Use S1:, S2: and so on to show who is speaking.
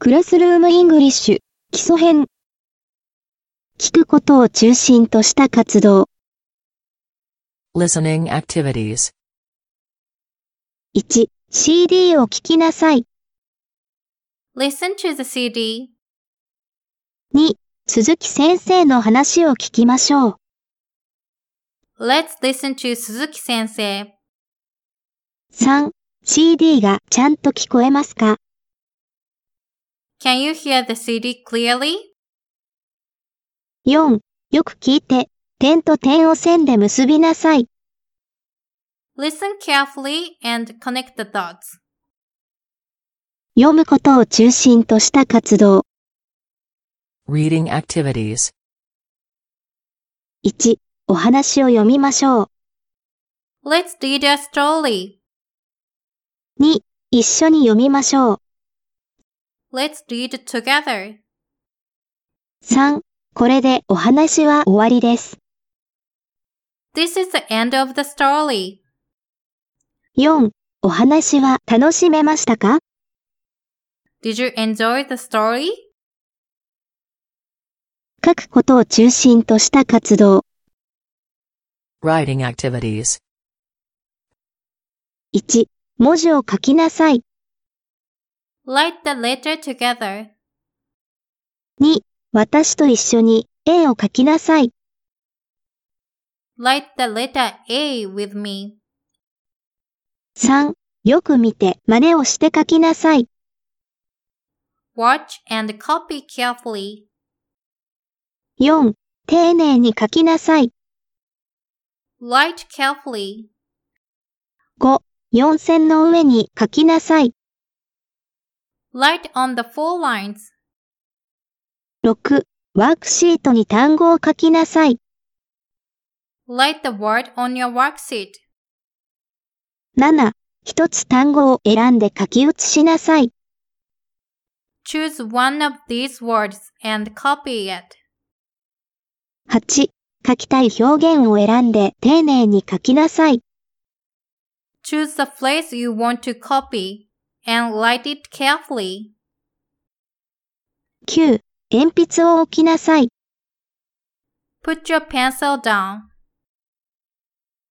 S1: クラスルームイングリッシュ基礎編聞くことを中心とした活動
S2: Listening activities.
S1: 1 CD を聞きなさい
S3: Listen to the CD.
S1: 2鈴木先生の話を聞きましょう
S3: Let's listen to Suzuki sensei.
S1: 3 CD がちゃんと聞こえますか
S3: Can you hear the CD clearly?
S1: 4よく聞いて点と点を線で結びなさい
S3: Listen carefully and connect the dots.
S1: 読むことを中心とした活動
S2: Reading activities.
S1: 1お話を読みましょう
S3: Let's read a story.
S1: 2一緒に読みましょう
S3: Let's read together.
S1: 3これでお話は終わりです
S3: This is the end of the story.
S1: 4お話は楽しめましたか
S3: Did you enjoy the story?
S1: 書くことを中心とした活動
S2: Writing activities.
S1: 1文字を書きなさい
S3: Write the letter together.
S1: 2私と一緒に絵を書きなさい
S3: Write the letter A with me.
S1: 3よく見て真似をして書きなさい
S3: Watch and copy carefully.
S1: 4丁寧に書きなさい
S3: Write carefully.
S1: 5四線の上に書きなさい
S3: Write on the four lines.
S1: 6ワークシートに単語を書きなさい
S3: Write the word on your worksheet.
S1: 7一つ単語を選んで書き写しなさい
S3: Choose one of these words and copy it.
S1: 8書きたい表現を選んで丁寧に書きなさい
S3: Choose the phrase you want to copy and write it carefully.
S1: 9鉛筆を置きなさい
S3: Put your pencil down.